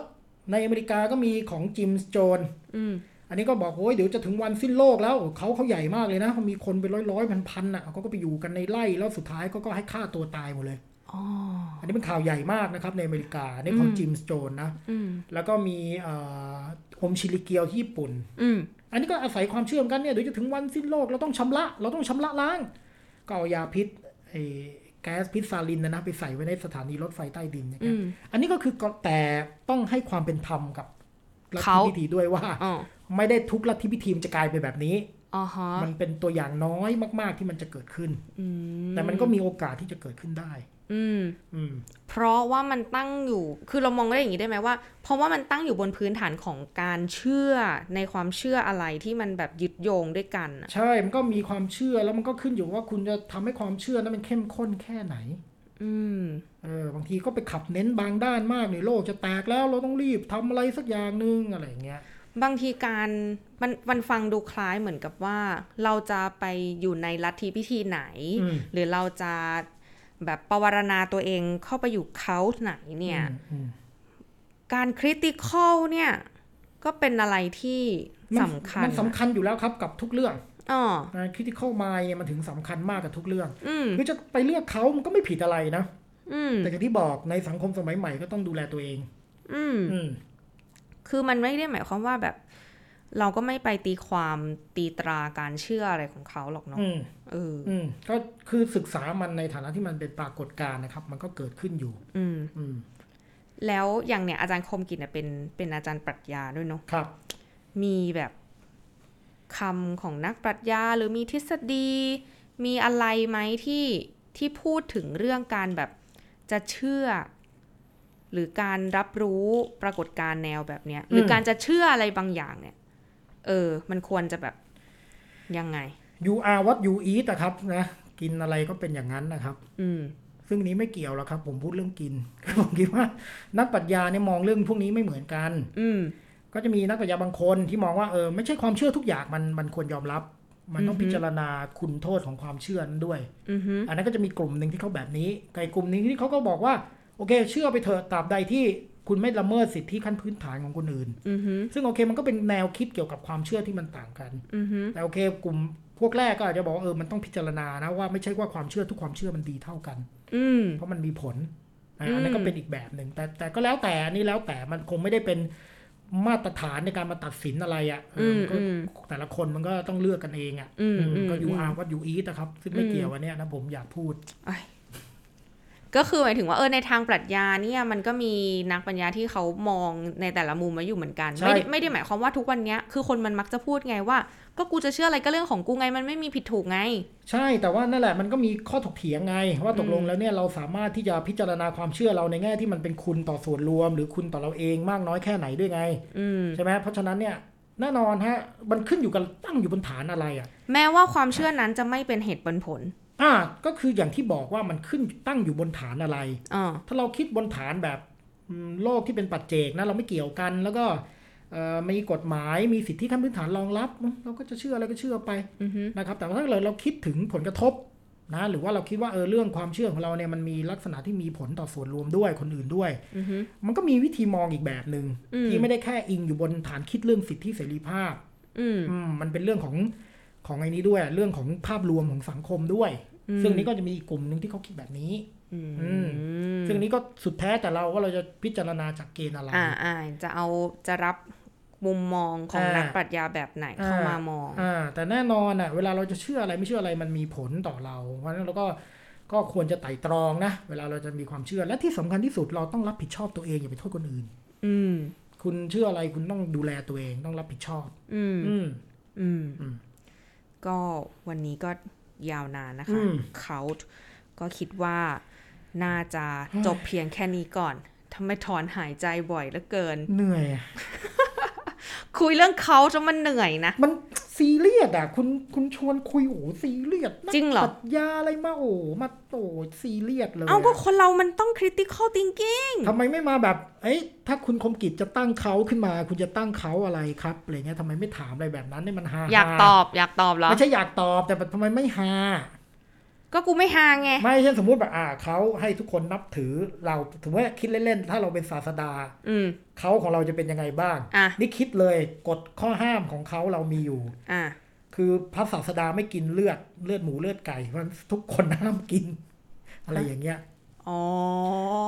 Speaker 3: ในอเมริกาก็มีของจิมส์โจน
Speaker 2: อืม
Speaker 3: อันนี้ก็บอกโอ้ยเดี๋ยวจะถึงวันสิ้นโลกแล้วเขาเขาใหญ่มากเลยนะเขามีคนเป็นร้อยร้อยพันพันอ่ะเขาก็ไปอยู่กันในไร่แล้วสุดท้ายก็ก็ให้ฆ่าตัวตายหมดเลย
Speaker 2: อ๋อ
Speaker 3: อันนี้เป็นข่าวใหญ่มากนะครับในอเมริกาในของ
Speaker 2: อืม
Speaker 3: จิมส์โจนนะ
Speaker 2: อืม
Speaker 3: แล้วก็มีเอ่ออมชิลิเกียวที่ญี่ปุ่น
Speaker 2: อืม
Speaker 3: อันนี้ก็อาศัยความเชื่อมกันเนี่ยเดี๋ยวจะถึงวันสิ้นโลกเราต้องชำระเราต้องชำระล้าง ก็เอายาพิษไอ้แก๊สพิษซาลินนะนะไปใส่ไว้ในสถานีรถไฟใต้ดินอย่าง
Speaker 2: อื
Speaker 3: เงี้ย
Speaker 2: ม
Speaker 3: อันนี้ก็คือก็แต่ต้องให้ความเป็นธรรมกับลัท
Speaker 2: เขา
Speaker 3: ธิพิธีด้วยว่า
Speaker 2: อ๋อ
Speaker 3: ไม่ได้ทุกลัทธิพิธีมันจะกลายไปแบบนี้
Speaker 2: อ๋อฮะ
Speaker 3: มันเป็นตัวอย่างน้อยมาก ๆที่มันจะเกิดขึ้น
Speaker 2: อื
Speaker 3: แต่มันก็มีโอกาสที่จะเกิดขึ้นได้
Speaker 2: อืม
Speaker 3: อืม
Speaker 2: เพราะว่ามันตั้งอยู่ คือเรามองได้อย่างนี้ได้ไหมว่า เพราะว่ามันตั้งอยู่บนพื้นฐานของการเชื่อในความเชื่ออะไรที่มันแบบยึดโยงด้วยกันน่ะ
Speaker 3: ใช่ มันก็มีความเชื่อแล้วมันก็ขึ้นอยู่ว่าคุณจะทำให้ความเชื่อนั้นมันเข้มข้นแค่ไหน
Speaker 2: อืม
Speaker 3: เออบางทีก็ไปขับเน้นบางด้านมากเนี่ยโลกจะแตกแล้วเราต้องรีบทำอะไรสักอย่างหนึงอะไรอย่างเงี้ย
Speaker 2: บางทีการมันมันฟังดูคล้ายเหมือนกับว่า เราจะไปอยู่ในลัทธิพิธีไหน
Speaker 3: อืม
Speaker 2: หรือเราจะแบบประวารณาตัวเองเข้าไปอยู่เขาไหนเนี่ย
Speaker 3: อืม
Speaker 2: การคริติคอลเนี่ย ก็เป็นอะไรที่
Speaker 3: อืม
Speaker 2: สำคัญ
Speaker 3: มันสำคัญอยู่แล้วครับกับทุกเรื่อง
Speaker 2: อ๋อ
Speaker 3: นะคริติคอลมายเนี่ยมันถึงสำคัญมากกับทุกเรื่อง
Speaker 2: อืม
Speaker 3: คือจะไปเลือกเขามันก็ไม่ผิดอะไรนะ
Speaker 2: อืม
Speaker 3: แต่อย่างที่บอกในสังคมสมัยใหม่ก็ต้องดูแลตัวเอง
Speaker 2: อืม
Speaker 3: อืม
Speaker 2: คือมันไม่ได้หมายความว่าแบบ เราก็ไม่ไปตีความตีตราการเชื่ออะไรของเขาหรอกเนาะ
Speaker 3: อืม
Speaker 2: เออ
Speaker 3: อืม ก็คือศึกษามันในฐานะที่มันเป็นปรากฏการณ์นะครับ มันก็เกิดขึ้นอยู่
Speaker 2: อืม
Speaker 3: อืม
Speaker 2: แล้วอย่างเนี่ยอาจารย์คมกิจเนี่ยเป็นเป็นอาจารย์ปรัชญาด้วยเนาะ
Speaker 3: ครับ
Speaker 2: มีแบบคำของนักปรัชญาหรือมีทฤษฎี มีอะไรไหมที่ที่พูดถึงเรื่องการแบบจะเชื่อ หรือการรับรู้ปรากฏการณ์แนวแบบเนี้ย หรืออ
Speaker 3: ม
Speaker 2: การจะเชื่ออะไรบางอย่างเนี่ย เออ มันควรจะแบบยังไง
Speaker 3: you are what you eat อะครับนะ กินอะไรก็เป็นอย่างนั้นนะครับ
Speaker 2: อืม
Speaker 3: ซึ่งนี้ไม่เกี่ยวหรอกครับ ผมพูดเรื่องกิน ผมคิดว่า นักปรัชญาเนี่ยมองเรื่องพวกนี้ไม่เหมือนกัน
Speaker 2: อืม
Speaker 3: ก็จะมีนักปรัชญาบางคนที่มองว่าเออไม่ใช่ความเชื่อทุกอย่างมันมันควรยอมรับ มันต้อง
Speaker 2: อือฮึ
Speaker 3: พิจารณาคุณโทษของความเชื่อนั้นด้วย
Speaker 2: อือฮึ
Speaker 3: อันนั้นก็จะมีกลุ่มหนึ่งที่เขาแบบนี้ไก่กลุ่มหนึงที่เขาก็บอกว่า โอเค เชื่อไปเถอะตราบใดที่คุณไม่ละเมิดสิทธิขั้นพื้นฐานของคนอื่น
Speaker 2: อือฮึ
Speaker 3: ซึ่งโอเคมันก็เป็นแนวคิดเกี่ยวกับความเชื่อที่มันต่างกัน
Speaker 2: อือฮึ
Speaker 3: แต่โอเค กลุ่มพวกแรกก็อาจจะบอกว่าเออมันต้องพิจารณานะว่าไม่ใช่ว่าความเชื่อทุกความเชื่อมันดีเท่ากัน
Speaker 2: อืม
Speaker 3: เพราะมันมีผลนะ
Speaker 2: อืม
Speaker 3: อันนั้นก็เป็นอีกแบบหนึ่งแต่แต่ก็แล้วแต่อันนี่แล้วแต่มันคงไม่ได้เป็นมาตรฐานในการมาตัดสินอะไรอะเอ
Speaker 2: อื
Speaker 3: อ
Speaker 2: ม
Speaker 3: มันก็
Speaker 2: อืม
Speaker 3: แต่ละคนมันก็ต้องเลือกกันเองอะ
Speaker 2: อืม
Speaker 3: อืม
Speaker 2: อืม
Speaker 3: ก็ยู
Speaker 2: อืม
Speaker 3: อาร์วัดยูอีทนะครับ ซึ่งไม่เกี่ยวอันเนี้ยนะผมอยากพูด
Speaker 2: ก็คือหมายถึงว่าเออในทางปรัชญาเนี่ยมันก็มีนักปัญญาที่เขามองในแต่ละมุมมาอยู่เหมือนกัน
Speaker 3: ใช่
Speaker 2: ไม่ได้ไม่ได้หมายความว่าทุกวันเนี้ยคือคนมันมักจะพูดไงว่า ก็กูจะเชื่ออะไรก็เรื่องของกูไงมันไม่มีผิดถูกไง
Speaker 3: ใช่แต่ว่านั่นแหละมันก็มีข้อถกเถียงไง ว่าตกลงแล้วเนี่ยเราสามารถที่จะพิจารณาความเชื่อเราในแง่ที่มันเป็นคุณต่อส่วนรวม หรือคุณต่อเราเองมากน้อยแค่ไหนด้วยไง
Speaker 2: อืม
Speaker 3: ใช่ไหมเพราะฉะนั้นเนี่ยแน่นอนฮะมันขึ้นอยู่กับตั้งอยู่บนฐานอะไรอ่ะ
Speaker 2: แม้ว่าความเชื่อนั้นจะไม่เป็นเหตุเป็นผล
Speaker 3: อ่าก็คืออย่างที่บอกว่ามันขึ้นตั้งอยู่บนฐานอะไร
Speaker 2: อ่า
Speaker 3: ถ้าเราคิดบนฐานแบบอืมโลกที่เป็นปัจเจกนะเราไม่เกี่ยวกัน แล้วก็เอ่อมีกฎหมายมีสิทธิขั้นพื้นฐานรองรับ เราก็จะเชื่ออะไรก็เชื่อไป
Speaker 2: อือฮึ
Speaker 3: นะครับแต่ว่าถ้าเราเราคิดถึงผลกระทบนะหรือว่าเราคิดว่าเออเรื่องความเชื่อของเราเนี่ยมันมีลักษณะที่มีผลต่อส่วนรวมด้วยคนอื่นด้วย
Speaker 2: อือฮึ
Speaker 3: มันก็มีวิธีมองอีกแบบหนึง่ง
Speaker 2: อืม
Speaker 3: ที่ไม่ได้แค่อิงอยู่บนฐานคิดเรื่องสิทธิเสรีภาพ
Speaker 2: อืม
Speaker 3: อืมมันเป็นเรื่องของของไอ้นี้ด้วย เรื่องของภาพรวมของสังคมด้วย
Speaker 2: อืม
Speaker 3: ซึ่งนี้ก็จะมีอีกกลุ่มหนึ่งที่เขาคิดแบบนี้
Speaker 2: อืม
Speaker 3: ซึ่งนี้ก็สุดแท้แต่เราว่าเราจะพิจารณาจากเกณฑ์อะไร
Speaker 2: อ่าอ่าจะเอาจะรับมุมมองของ
Speaker 3: อ่านั
Speaker 2: นักปรัชญาแบบไหน
Speaker 3: อ่า
Speaker 2: เข้ามามอง
Speaker 3: อ่าแต่แน่นอนอ่ะเวลาเราจะเชื่ออะไรไม่เชื่ออะไรมันมีผลต่อเรา เพราะฉะนั้นเราก็ก็ควรจะไตร่ตรองนะ เวลาเราจะมีความเชื่อและที่สำคัญที่สุดเราต้องรับผิดชอบตัวเองอย่าไปโทษคนอื่น
Speaker 2: อืม
Speaker 3: คุณเชื่ออะไรคุณต้องดูแลตัวเองต้องรับผิดชอบ
Speaker 2: อืม
Speaker 3: อืม
Speaker 2: อืม
Speaker 3: อืม
Speaker 2: ก็วันนี้ก็ยาวนานนะคะ
Speaker 3: อืม
Speaker 2: เขาก็คิดว่าน่าจะจบเพียงแค่นี้ก่อนทำไมถอนหายใจบ่อยเหลือเกิน
Speaker 3: เหนื่อยอะ
Speaker 2: คุยเรื่องเขาจนมันเหนื่อยนะ
Speaker 3: มันซีเรียสอ่ะคุณคุณชวนคุยโอ้โหซีเรียสนัก
Speaker 2: จริงเหรอ
Speaker 3: ปรัชญาอะไรมาโอ้โหมาโอ้โหซีเรียสเลย
Speaker 2: เอาก็
Speaker 3: ะ
Speaker 2: คนเรามันต้อง critical thinking
Speaker 3: ทำไมไม่มาแบบ เอ้ยถ้าคุณคมกิจจะตั้งเขาขึ้นมา คุณจะตั้งเขาอะไรครับอะไรเงี้ยทำไมไม่ถามอะไรแบบนั้นเนี่ยมันฮาๆ
Speaker 2: อยากตอบอยากตอบเหรอ
Speaker 3: ไม่ใช่อยากตอบแต่ทำไมไม่หา
Speaker 2: ก็กูไม่หาไง
Speaker 3: ไม่เช่นสมมุติแบบอ่าเขาให้ทุกคนนับถือเราถือว่าคิดเล่นๆ ถ้าเราเป็นศาสดา
Speaker 2: อืม
Speaker 3: เขาของเราจะเป็นยังไงบ้าง
Speaker 2: อ่ะ
Speaker 3: นี่คิดเลยกฎข้อห้ามของเขาเรามีอยู่
Speaker 2: อ่ะ
Speaker 3: คือพระศาสดาไม่กินเลือดเลือดหมูเลือดไก่เพราะฉะนั้นทุกคนห้ามกิน อะไรอย่างเงี้ย
Speaker 2: อ๋อ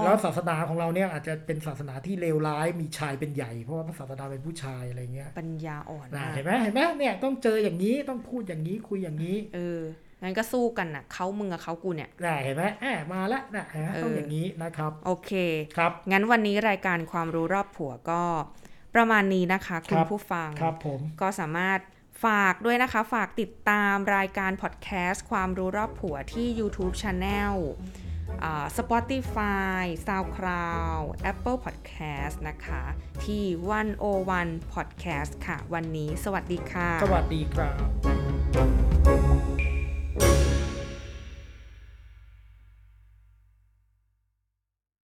Speaker 3: แล้วศาสนาของเราเนี่ยอาจจะเป็นศาสนาที่เลวร้ายมีชายเป็นใหญ่เพราะว่าพระศาสดาเป็นผู้ชายอะไรเงี้ย
Speaker 2: ปัญญาอ่อน
Speaker 3: น่ะ
Speaker 2: มาก
Speaker 3: เห็นไหมเห็นไหมเนี่ยต้องเจออย่างนี้ต้องพูดอย่างนี้คุยอย่างนี้
Speaker 2: เออ งั้นก็สู้กันนะเขามึงกับเขากูเนี่ย
Speaker 3: น่ะเห็นไหมอ่ะมาละน่ะเห็นไหมต้องอย่างนี้นะครับ
Speaker 2: โอเค
Speaker 3: ครับ
Speaker 2: งั้นวันนี้รายการความรู้รอบผัวก็ประมาณนี้นะคะ คุณ
Speaker 3: ครับ
Speaker 2: ผู้ฟัง
Speaker 3: ครับผม
Speaker 2: ก็สามารถฝากด้วยนะคะ ฝากติดตามรายการพอดแคสต์ความรู้รอบผัวที่ YouTube Channel อ่า Spotify SoundCloud Apple Podcast นะคะ ที่ 101 Podcast ค่ะ วันนี้สวัสดีค่ะ
Speaker 3: สวัสดีครับ